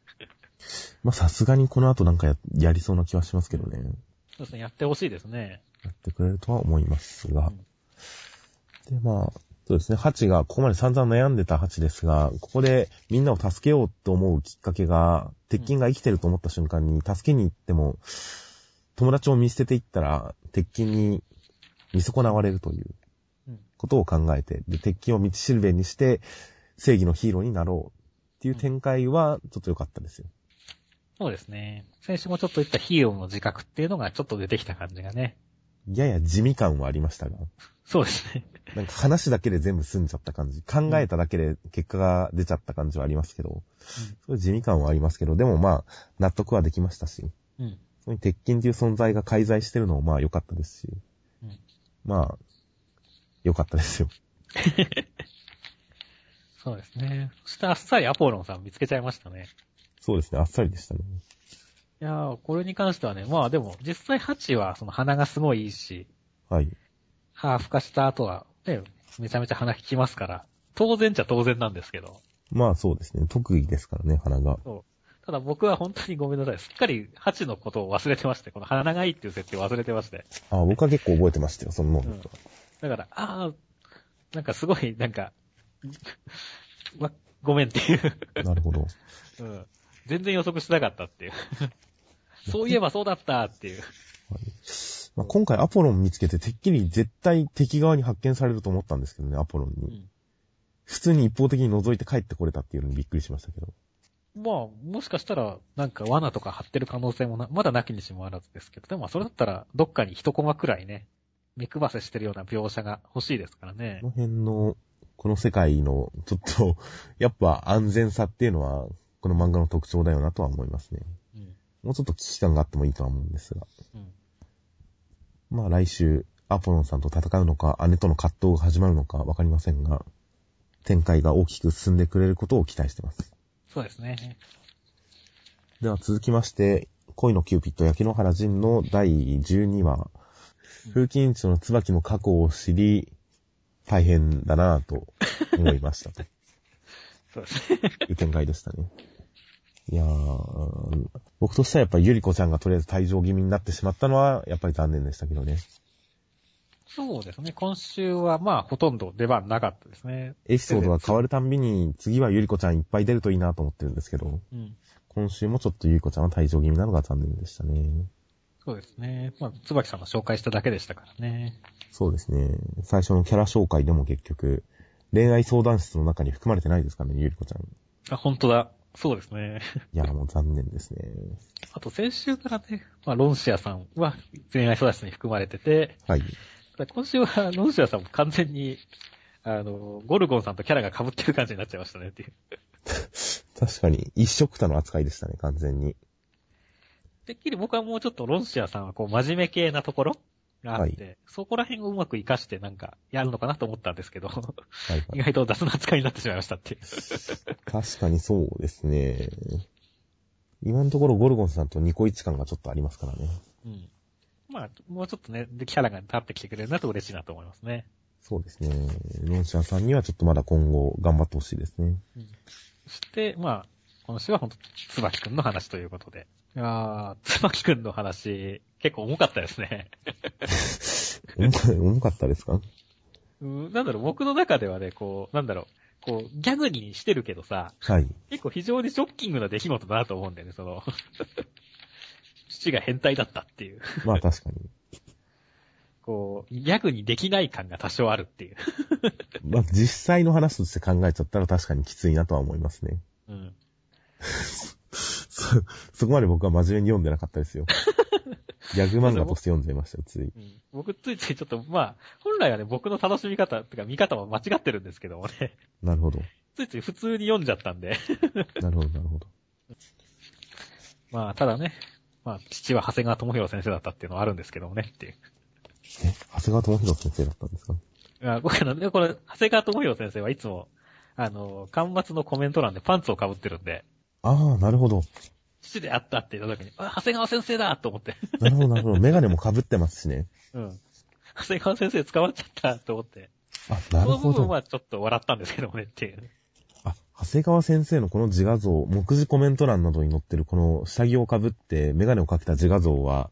[SPEAKER 1] まあ、さすがにこの後なんかややりそうな気はしますけどね。
[SPEAKER 2] そうですね、やってほしいですね。
[SPEAKER 1] やってくれるとは思いますが
[SPEAKER 2] うん。
[SPEAKER 1] で、まあ、そうですね。ハチが、ここまで散々悩んでたハチですが、ここでみんなを助けようと思うきっかけが、鉄筋が生きてると思った瞬間に、助けに行っても、友達を見捨てていったら、鉄筋に見損なわれるという
[SPEAKER 2] うん
[SPEAKER 1] ことを考えて、で、鉄筋を道しるべにして、正義のヒーローになろうっていう展開は、ちょっと良かったですよ。
[SPEAKER 2] そうですね。先週もちょっと言ったヒーローの自覚っていうのがちょっと出てきた感じがね。
[SPEAKER 1] やや地味感はありましたが。
[SPEAKER 2] そうですね。
[SPEAKER 1] なんか話だけで全部済んじゃった感じ。考えただけで結果が出ちゃった感じはありますけど、そういう地味感はありますけど、でもまあ、納得はできましたし、
[SPEAKER 2] うん。
[SPEAKER 1] その鉄筋という存在が介在してるのもまあ良かったですし、
[SPEAKER 2] うん
[SPEAKER 1] まあ、良かったですよ。
[SPEAKER 2] そうですね。そしてあっさりアポロンさん見つけちゃいましたね。
[SPEAKER 1] そうですね、あっさりでしたね。
[SPEAKER 2] いやー、これに関してはね、まあでも、実際ハチはその鼻がすごいいいし、
[SPEAKER 1] はい。
[SPEAKER 2] 歯孵化した後は、ね、めちゃめちゃ鼻利きますから、当然っちゃ当然なんですけど。
[SPEAKER 1] まあそうですね、特技ですからね、花が。
[SPEAKER 2] そう。ただ僕は本当にごめんなさい。すっかりハチのことを忘れてまして、この鼻がいいっていう設定を忘れてまして。
[SPEAKER 1] あ僕は結構覚えてましたよ、その能力は。
[SPEAKER 2] だから、ああ、なんかすごい、なんか、 わ、ごめんっていう、
[SPEAKER 1] なるほど。
[SPEAKER 2] うん。全然予測してなかった っていう。そういえばそうだったっていう。
[SPEAKER 1] まあ、今回アポロン見つけて、てっきり絶対敵側に発見されると思ったんですけどね、アポロンに。
[SPEAKER 2] うん
[SPEAKER 1] 普通に一方的に覗いて帰ってこれたっていうのにびっくりしましたけど。
[SPEAKER 2] まあ、もしかしたら、なんか罠とか張ってる可能性もな、まだなきにしもあらずですけど、でもまあそれだったら、どっかに一コマくらいね、目配せしてるような描写が欲しいですからね
[SPEAKER 1] こ。の辺の、この世界の、ちょっと、 やっぱ安全さっていうのは、この漫画の特徴だよなとは思いますね。
[SPEAKER 2] うん。
[SPEAKER 1] もうちょっと危機感があってもいいとは思うんですが。
[SPEAKER 2] うん。
[SPEAKER 1] まあ来週、アポロンさんと戦うのか、姉との葛藤が始まるのかわかりませんが、展開が大きく進んでくれることを期待してます。
[SPEAKER 2] そうですね。
[SPEAKER 1] では続きまして、恋のキューピット焼き野原仁の第12話。風紀委員長の椿の過去を知り、大変だなぁと思いましたと
[SPEAKER 2] そうですね。
[SPEAKER 1] いう展開でしたね。いやー、僕としてはやっぱりゆりこちゃんがとりあえず退場気味になってしまったのは、やっぱり残念でしたけどね。
[SPEAKER 2] そうですね。今週は、まあ、ほとんど出番なかったですね。
[SPEAKER 1] エピソードが変わるたんびに、次はゆりこちゃんいっぱい出るといいなと思ってるんですけど、
[SPEAKER 2] うん。
[SPEAKER 1] 今週もちょっとゆりこちゃんは退場気味なのが残念でしたね。
[SPEAKER 2] そうですね。まあ、椿さんが紹介しただけでしたからね。
[SPEAKER 1] そうですね。最初のキャラ紹介でも結局、恋愛相談室の中に含まれてないですかね、ゆりこちゃん。
[SPEAKER 2] あ、本当だ。そうですね。
[SPEAKER 1] いや、もう残念ですね。
[SPEAKER 2] あと先週からね、まあ、ロンシアさんは恋愛相談室に含まれてて、
[SPEAKER 1] はい。
[SPEAKER 2] ただ今週はロンシアさんも完全に、あの、ゴルゴンさんとキャラが被ってる感じになっちゃいましたねっていう。
[SPEAKER 1] 確かに、一色たの扱いでしたね、完全に。
[SPEAKER 2] てっきり僕はもうちょっとロンシアさんはこう真面目系なところがあって、そこら辺をうまく活かしてなんかやるのかなと思ったんです けど、
[SPEAKER 1] はいは
[SPEAKER 2] 意
[SPEAKER 1] い。
[SPEAKER 2] 外と雑な扱いになってしまいましたっていう。
[SPEAKER 1] 確かにそうですね。今のところゴルゴンさんとニコイチ感がちょっとありますからね。
[SPEAKER 2] うん。まあ、もうちょっとね、でキャラが立ってきてくれるなと嬉しいなと思いますね。
[SPEAKER 1] そうですね。ロンシアさんにはちょっとまだ今後頑張ってほしいですね。
[SPEAKER 2] そして、まあ、今週は本当つばきくんの話ということで。いやー、つばきくんの話、結構重かったですね。
[SPEAKER 1] 重か重かったですか
[SPEAKER 2] うん、なんだろう、僕の中ではね、こう、なんだろう、こう、ギャグにしてるけどさ、
[SPEAKER 1] はい。
[SPEAKER 2] 結構非常にショッキングな出来事だなと思うんだよね、その、 父が変態だったっていう。
[SPEAKER 1] まあ確かに。
[SPEAKER 2] こう、ギャグにできない感が多少あるっていう。
[SPEAKER 1] まあ実際の話として考えちゃったら確かにきついなとは思いますね。
[SPEAKER 2] うん。
[SPEAKER 1] そ、そこまで僕は真面目に読んでなかった ですよ。ギャグ漫画として読んじゃいましたよ、つい。
[SPEAKER 2] うん僕ついついちょっと、まあ、本来はね、僕の楽しみ方、とか見方は間違ってるんですけどもね、
[SPEAKER 1] なるほど。
[SPEAKER 2] ついつい普通に読んじゃったんで。
[SPEAKER 1] なるほど、なるほど。
[SPEAKER 2] まあ、ただね、まあ、父は長谷川智弘先生だったっていうのはあるんですけどもね、っていう。
[SPEAKER 1] え、長谷川智弘先生だったんですか
[SPEAKER 2] あ僕はね、これ、長谷川智弘先生はいつも、あの、巻末のコメント欄でパンツを被ってるんで、
[SPEAKER 1] ああ、なるほど。
[SPEAKER 2] 父であったって言った時に、あ、長谷川先生だと思って。
[SPEAKER 1] なるほど、なるほど。メガネも被ってますしね。
[SPEAKER 2] うん。長谷川先生捕まっちゃったと思って。
[SPEAKER 1] あ、なる
[SPEAKER 2] この
[SPEAKER 1] ほ
[SPEAKER 2] 部分
[SPEAKER 1] ど。
[SPEAKER 2] はちょっと笑ったんですけどもねっていう。
[SPEAKER 1] あ、長谷川先生のこの自画像、目次コメント欄などに載ってるこの下着を被ってメガネをかけた自画像は、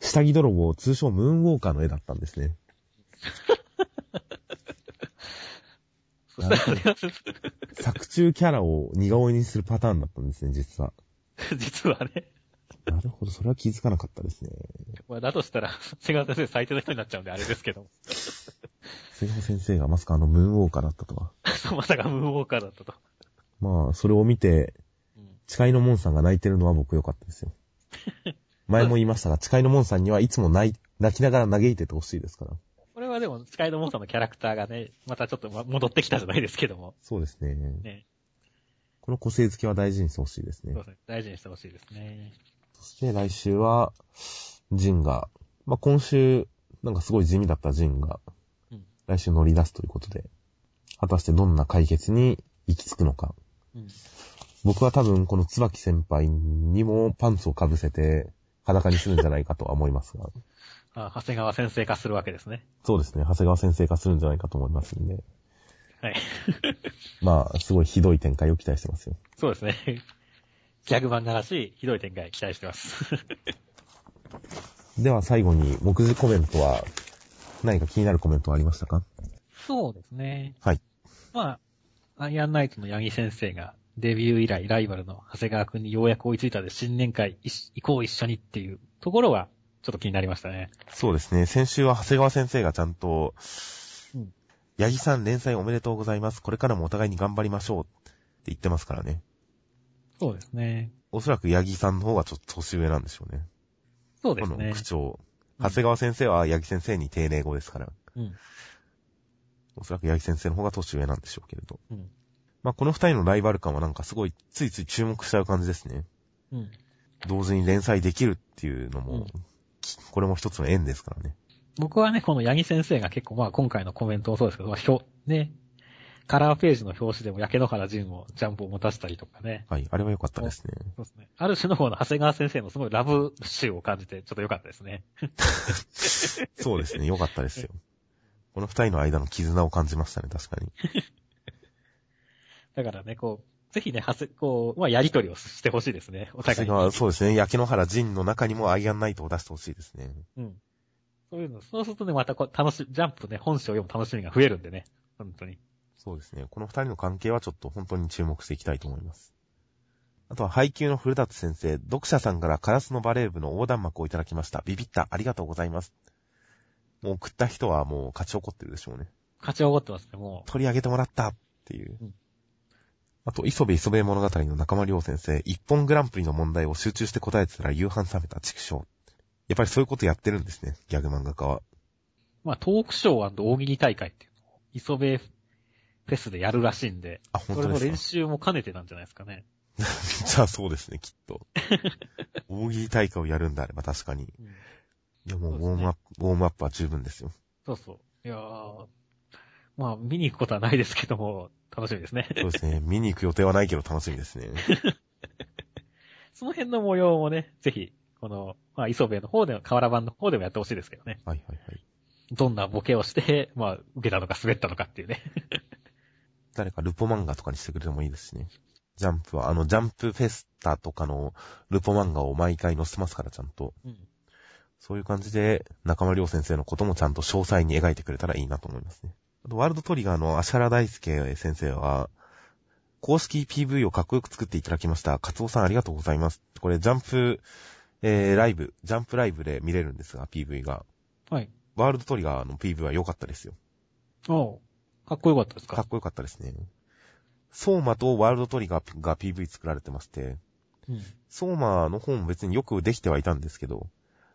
[SPEAKER 1] 下着泥棒、通称ムーンウォーカーの絵だったんですね。
[SPEAKER 2] そしたら長谷川先
[SPEAKER 1] 作中キャラを似顔絵にするパターンだったんですね、実は。
[SPEAKER 2] 生、 実はね、
[SPEAKER 1] なるほど、それは気づかなかったですね。
[SPEAKER 2] まあ、だとしたら、長谷川先生最低の人になっちゃうんであれですけども。
[SPEAKER 1] 長谷川先生がまさかあのムーンウォーカーだったとは。
[SPEAKER 2] そうまさかムーンウォーカーだったと。
[SPEAKER 1] まあ、それを見て、
[SPEAKER 2] うん
[SPEAKER 1] 誓いのモンさんが泣いてるのは僕良かったです よ。前も言いましたが、誓いのモンさんにはいつも泣い泣きながら嘆いててほしいですから。
[SPEAKER 2] これはでも、スカイドモンさんのキャラクターがね、またちょっとま戻ってきたじゃないですけども、
[SPEAKER 1] そうですね。
[SPEAKER 2] ね、
[SPEAKER 1] この個性付けは大事にしてほしいですね
[SPEAKER 2] そう。ですね大事にしてほしいですね。
[SPEAKER 1] そして来週は、ジンが、まあ、今週、なんかすごい地味だったジンが
[SPEAKER 2] うん、
[SPEAKER 1] 来週乗り出すということで、果たしてどんな解決に行き着くのか。
[SPEAKER 2] うん。
[SPEAKER 1] 僕は多分この椿先輩にもパンツをかぶせて裸にするんじゃないかとは思いますが、
[SPEAKER 2] あ長谷川先生化するわけですね。
[SPEAKER 1] そうですね、長谷川先生化するんじゃないかと思いますんで、
[SPEAKER 2] はい。
[SPEAKER 1] まあ、すごいひどい展開を期待してますよ。
[SPEAKER 2] そうですね。ギャグ漫画らしい、ひどい展開期待してます。
[SPEAKER 1] では最後に、目次コメントは、何か気になるコメントはありましたか
[SPEAKER 2] そうですね。
[SPEAKER 1] はい。
[SPEAKER 2] まあ、アイアンナイトの八木先生が、デビュー以来ライバルの長谷川くんにようやく追いついたで新年会いし行こう一緒にっていうところは、ちょっと気になりましたね。
[SPEAKER 1] そうですね、先週は長谷川先生がちゃんと
[SPEAKER 2] うん、
[SPEAKER 1] 八木さん連載おめでとうございます。これからもお互いに頑張りましょうって言ってますからね。
[SPEAKER 2] そうですね。
[SPEAKER 1] おそらく八木さんの方がちょっと年上なんでしょうね。
[SPEAKER 2] そうで
[SPEAKER 1] こ
[SPEAKER 2] す
[SPEAKER 1] の
[SPEAKER 2] ね。
[SPEAKER 1] 口調。長谷川先生は八木先生に丁寧語ですから。
[SPEAKER 2] うん。
[SPEAKER 1] おそらく八木先生の方が年上なんでしょうけれど。
[SPEAKER 2] うん。
[SPEAKER 1] まあ、この二人のライバル感はなんかすごい、ついつい注目しちゃう感じですね。
[SPEAKER 2] うん。
[SPEAKER 1] 同時に連載できるっていうのも、
[SPEAKER 2] うん
[SPEAKER 1] きこれも一つの縁ですからね。
[SPEAKER 2] 僕はね、この八木先生が結構、まあ今回のコメントもそうですけど、まあ、表、ね、カラーページの表紙でも焼け野原仁をジャンプを持たせたりとかね。
[SPEAKER 1] はい。あれは良かったですね。
[SPEAKER 2] そうですね。ある種の方の長谷川先生のすごいラブ集を感じて、ちょっと良かったですね。
[SPEAKER 1] そうですね。良かったですよ。この二人の間の絆を感じましたね、確かに。
[SPEAKER 2] だからね、こう、ぜひね、長谷、こう、まあやりとりをしてほしいですね。お
[SPEAKER 1] 長
[SPEAKER 2] 互
[SPEAKER 1] 谷
[SPEAKER 2] いに。
[SPEAKER 1] 川、そうですね。焼け野原仁の中にもアイアンナイトを出してほしいですね。
[SPEAKER 2] うん。そういうの、そうするとね、またこう、楽し、ジャンプね、本誌を読む楽しみが増えるんでね。本当に。
[SPEAKER 1] そうですね。この二人の関係はちょっと本当に注目していきたいと思います。あとは配給の古立先生、読者さんからカラスのバレー部の横断幕をいただきました。ビビった、ありがとうございます。もう送った人はもう勝ち怒ってるでしょうね。
[SPEAKER 2] 勝ち起こってますね、も
[SPEAKER 1] 取り上げてもらったっていう
[SPEAKER 2] うん。
[SPEAKER 1] あと、磯部磯部物語の中間良先生、一本グランプリの問題を集中して答えてたら夕飯冷めた畜生。やっぱりそういうことやってるんですね、ギャグ漫画家は。
[SPEAKER 2] う。まあ、トークショー大喜利大会っていうのを、磯部フェスでやるらしいんで、
[SPEAKER 1] あ、
[SPEAKER 2] こ
[SPEAKER 1] 本
[SPEAKER 2] れ
[SPEAKER 1] 当
[SPEAKER 2] も
[SPEAKER 1] で
[SPEAKER 2] 練
[SPEAKER 1] す
[SPEAKER 2] 習も兼ねてなんじゃないですかね。
[SPEAKER 1] か じゃあそうですね、きっ と。大喜利大会をやるんだあれば確かに。
[SPEAKER 2] うん
[SPEAKER 1] いや、もうウ
[SPEAKER 2] そ
[SPEAKER 1] ォ
[SPEAKER 2] うです
[SPEAKER 1] ー
[SPEAKER 2] ね
[SPEAKER 1] ムアップ、ウォームアップは十分です よ。
[SPEAKER 2] そうそう。いやーまあ、見に行くことはないですけども、楽しみですね。
[SPEAKER 1] そうですね。見に行く予定はないけど楽しみですね。
[SPEAKER 2] その辺の模様もね、ぜひ、この、まあ、磯部の方でも、河原版の方でもやってほしいですけどね。
[SPEAKER 1] はいはいはい。
[SPEAKER 2] どんなボケをして、まあ、受けたのか滑ったのかっていうね。
[SPEAKER 1] 誰かルポ漫画とかにしてくれてもいいですしね。ジャンプは、あの、ジャンプフェスタとかのルポ漫画を毎回載せてますから、ちゃんと。
[SPEAKER 2] うん。
[SPEAKER 1] そういう感じで、中間良先生のこともちゃんと詳細に描いてくれたらいいなと思いますね。あとワールドトリガーの足原大輔先生は、公式 PV をかっこよく作っていただきました。カツオさんありがとうございます。これ、ジャンプ、えー、ライブ、ジャンプライブで見れるんですが、PV が。
[SPEAKER 2] はい。
[SPEAKER 1] ワールドトリガーの PV は良かったですよ。
[SPEAKER 2] おうかっこよかったです
[SPEAKER 1] か
[SPEAKER 2] か
[SPEAKER 1] っこよかったですね。ソーマとワールドトリガーが PV 作られてまして、
[SPEAKER 2] うん。
[SPEAKER 1] ソーマの方も別によくできてはいたんですけど、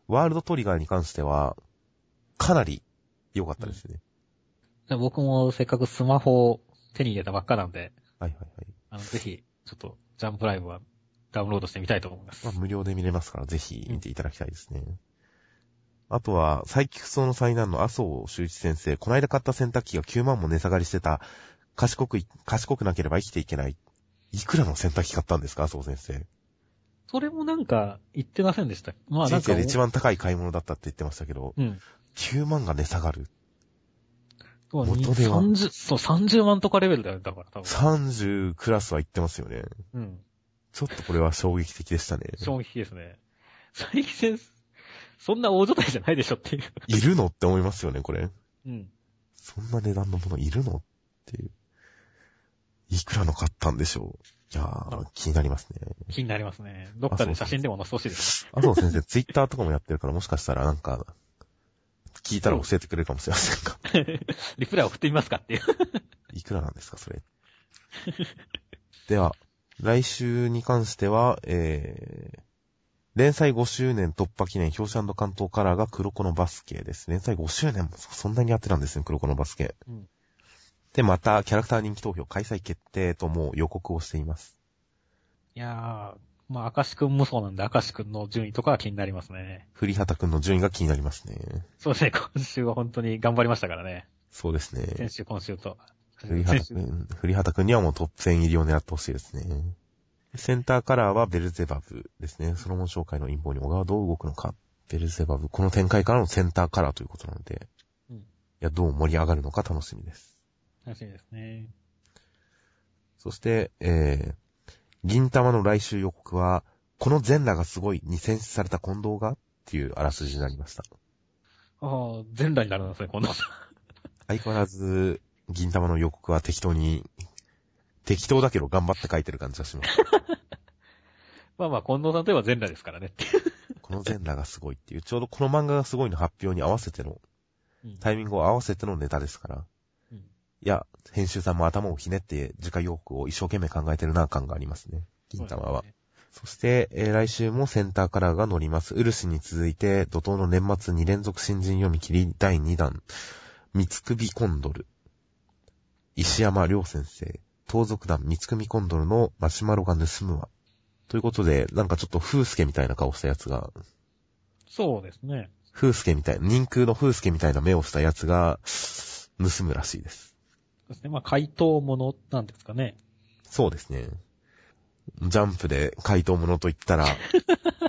[SPEAKER 1] ワールドトリガーに関しては、かなり良かったですね。
[SPEAKER 2] 僕もせっかくスマホを手に入れたばっかなんで、
[SPEAKER 1] はいはいはい。
[SPEAKER 2] あの、ぜひ、ちょっと、ジャンプライブはダウンロードしてみたいと思います。
[SPEAKER 1] まあ、無料で見れますから、ぜひ見ていただきたいですね。あとは、再起不走の災難の麻生修一先生、この間買った洗濯機が9万も値下がりしてた、賢くい、賢くなければ生きていけない。いくらの洗濯機買ったんですか、麻生先生。
[SPEAKER 2] それもなんか、言ってませんでした。まあ、
[SPEAKER 1] 人
[SPEAKER 2] なんか
[SPEAKER 1] 生で、一番高い買い物だったって言ってましたけど、
[SPEAKER 2] うん。
[SPEAKER 1] 9万が値下がる。
[SPEAKER 2] そう
[SPEAKER 1] 元では
[SPEAKER 2] 30、そう、30万とかレベルだよ、だから、多分。
[SPEAKER 1] 30クラスは行ってますよね。
[SPEAKER 2] うん。
[SPEAKER 1] ちょっとこれは衝撃的でしたね。
[SPEAKER 2] 衝撃ですね。最近先生、そんな大所帯じゃないでしょっていう。
[SPEAKER 1] いるのって思いますよね、これ。
[SPEAKER 2] うん。
[SPEAKER 1] そんな値段のものいるのっていう。いくらの買ったんでしょういやー、気になりますね。
[SPEAKER 2] 気になりますね。どっかで写真でも載せてほしいです。
[SPEAKER 1] あと先生、ツイッターとかもやってるから、もしかしたらなんか、聞いたら教えてくれるかもしれませんが。
[SPEAKER 2] リプライを振ってみますかっていう。
[SPEAKER 1] いくらなんですか、それ。では、来週に関しては、えー、連載5周年突破記念、表紙関東カラーが黒子のバスケです。連載5周年もそそんなにやってたんですね、黒子のバスケ。
[SPEAKER 2] うん
[SPEAKER 1] で、また、キャラクター人気投票開催決定ともう予告をしています。
[SPEAKER 2] いやー、まあ、明石くんもそうなんで、明石くんの順位とかは気になりますね。
[SPEAKER 1] 栗畑くんの順位が気になりますね。
[SPEAKER 2] そうですね、今週は本当に頑張りましたからね。
[SPEAKER 1] そうです
[SPEAKER 2] 先
[SPEAKER 1] ね。
[SPEAKER 2] 週、今週と。
[SPEAKER 1] 栗畑
[SPEAKER 2] 先週
[SPEAKER 1] くん、 栗畑くんにはもうトップ10入りを狙ってほしいですね。センターカラーはベルゼバブですね。ソロモン紹介の陰謀に小川はどう動くのか。ベルゼバブ。この展開からのセンターカラーということなので、
[SPEAKER 2] うん
[SPEAKER 1] いや、どう盛り上がるのか楽しみです。
[SPEAKER 2] 楽しみですね。
[SPEAKER 1] そして、えー、銀玉の来週予告は、この全裸がすごいに選出された近藤がっていうあらすじになりました。
[SPEAKER 2] ああ、全裸になるんですね、こんな。
[SPEAKER 1] 相変わらず、銀玉の予告は適当に、適当だけど頑張って書いてる感じがします。
[SPEAKER 2] まあまあ、近藤さんといえば全裸ですからねっていう。
[SPEAKER 1] この全裸がすごいっていう、ちょうどこの漫画がすごいの発表に合わせての、タイミングを合わせてのネタですから。
[SPEAKER 2] うん
[SPEAKER 1] いや、編集さんも頭をひねって次回予告を一生懸命考えてるな感がありますね。銀玉は。そ,、して、えー来週もセンターカラーが乗ります。ウルシに続いて、怒涛の年末2連続新人読み切り第2弾。三つ首コンドル。石山良先生。盗賊団三つ首コンドルのマシュマロが盗むわ。ということで、なんかちょっと風助みたいな顔したやつが
[SPEAKER 2] そうですね。
[SPEAKER 1] 風助みたい、人空の風助みたいな目をしたやつが、盗むらしいです。
[SPEAKER 2] そうですね。まあ、回答ものなんですかね。
[SPEAKER 1] そうですね。ジャンプで怪盗者と言った ら、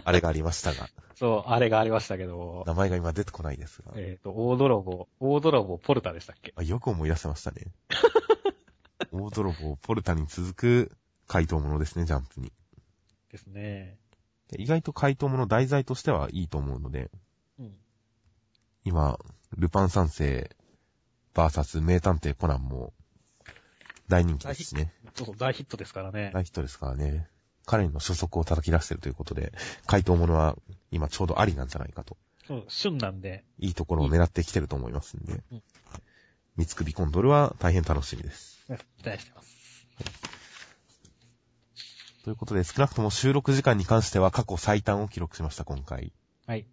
[SPEAKER 1] あれがありましたが、
[SPEAKER 2] そう、あれがありましたけど、
[SPEAKER 1] 名前が今出てこないですが、
[SPEAKER 2] えっ、と、大泥棒、大泥棒ポルタでしたっけ
[SPEAKER 1] あよく思い出せました ね。大泥棒、ポルタに続く怪盗者ですね、ジャンプに。
[SPEAKER 2] ですね。
[SPEAKER 1] で意外と怪盗者題材としてはいいと思うので、
[SPEAKER 2] うん。
[SPEAKER 1] 今、ルパン三世、バーサス名探偵コナンも、大人気ですしね。
[SPEAKER 2] そうそう、大ヒットですからね。
[SPEAKER 1] 大ヒットですからね。彼の初速を叩き出してるということで、怪盗者は今ちょうどありなんじゃないかと。
[SPEAKER 2] そう、旬なんで、
[SPEAKER 1] いいところを狙ってきてると思いますんで
[SPEAKER 2] うん。
[SPEAKER 1] 三つ首コンドルは大変楽しみです。
[SPEAKER 2] 期待してます。
[SPEAKER 1] ということで、少なくとも収録時間に関しては過去最短を記録しました、今回。
[SPEAKER 2] はい。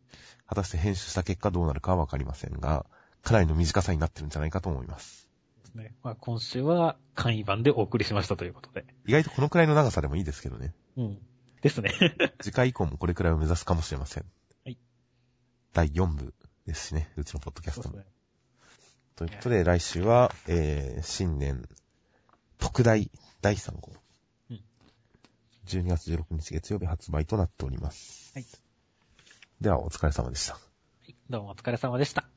[SPEAKER 1] 果たして編集した結果どうなるかはわかりませんが、かなりの短さになってるんじゃないかと思います。
[SPEAKER 2] ですですね。まあ、今週は簡易版でお送りしましたということで。
[SPEAKER 1] 意外とこのくらいの長さでもいいですけどね。
[SPEAKER 2] うん。です ね。
[SPEAKER 1] 次回以降もこれくらいを目指すかもしれません。
[SPEAKER 2] はい。
[SPEAKER 1] 第4部ですしね、うちのポッドキャス
[SPEAKER 2] そう
[SPEAKER 1] ト
[SPEAKER 2] です
[SPEAKER 1] も。
[SPEAKER 2] ね。
[SPEAKER 1] ということで、来週は、えー、新年、特大第3号。
[SPEAKER 2] うん
[SPEAKER 1] 12月16日月曜日発売となっております。
[SPEAKER 2] はい。
[SPEAKER 1] では、お疲れ様でした。
[SPEAKER 2] どうもお疲れ様でした。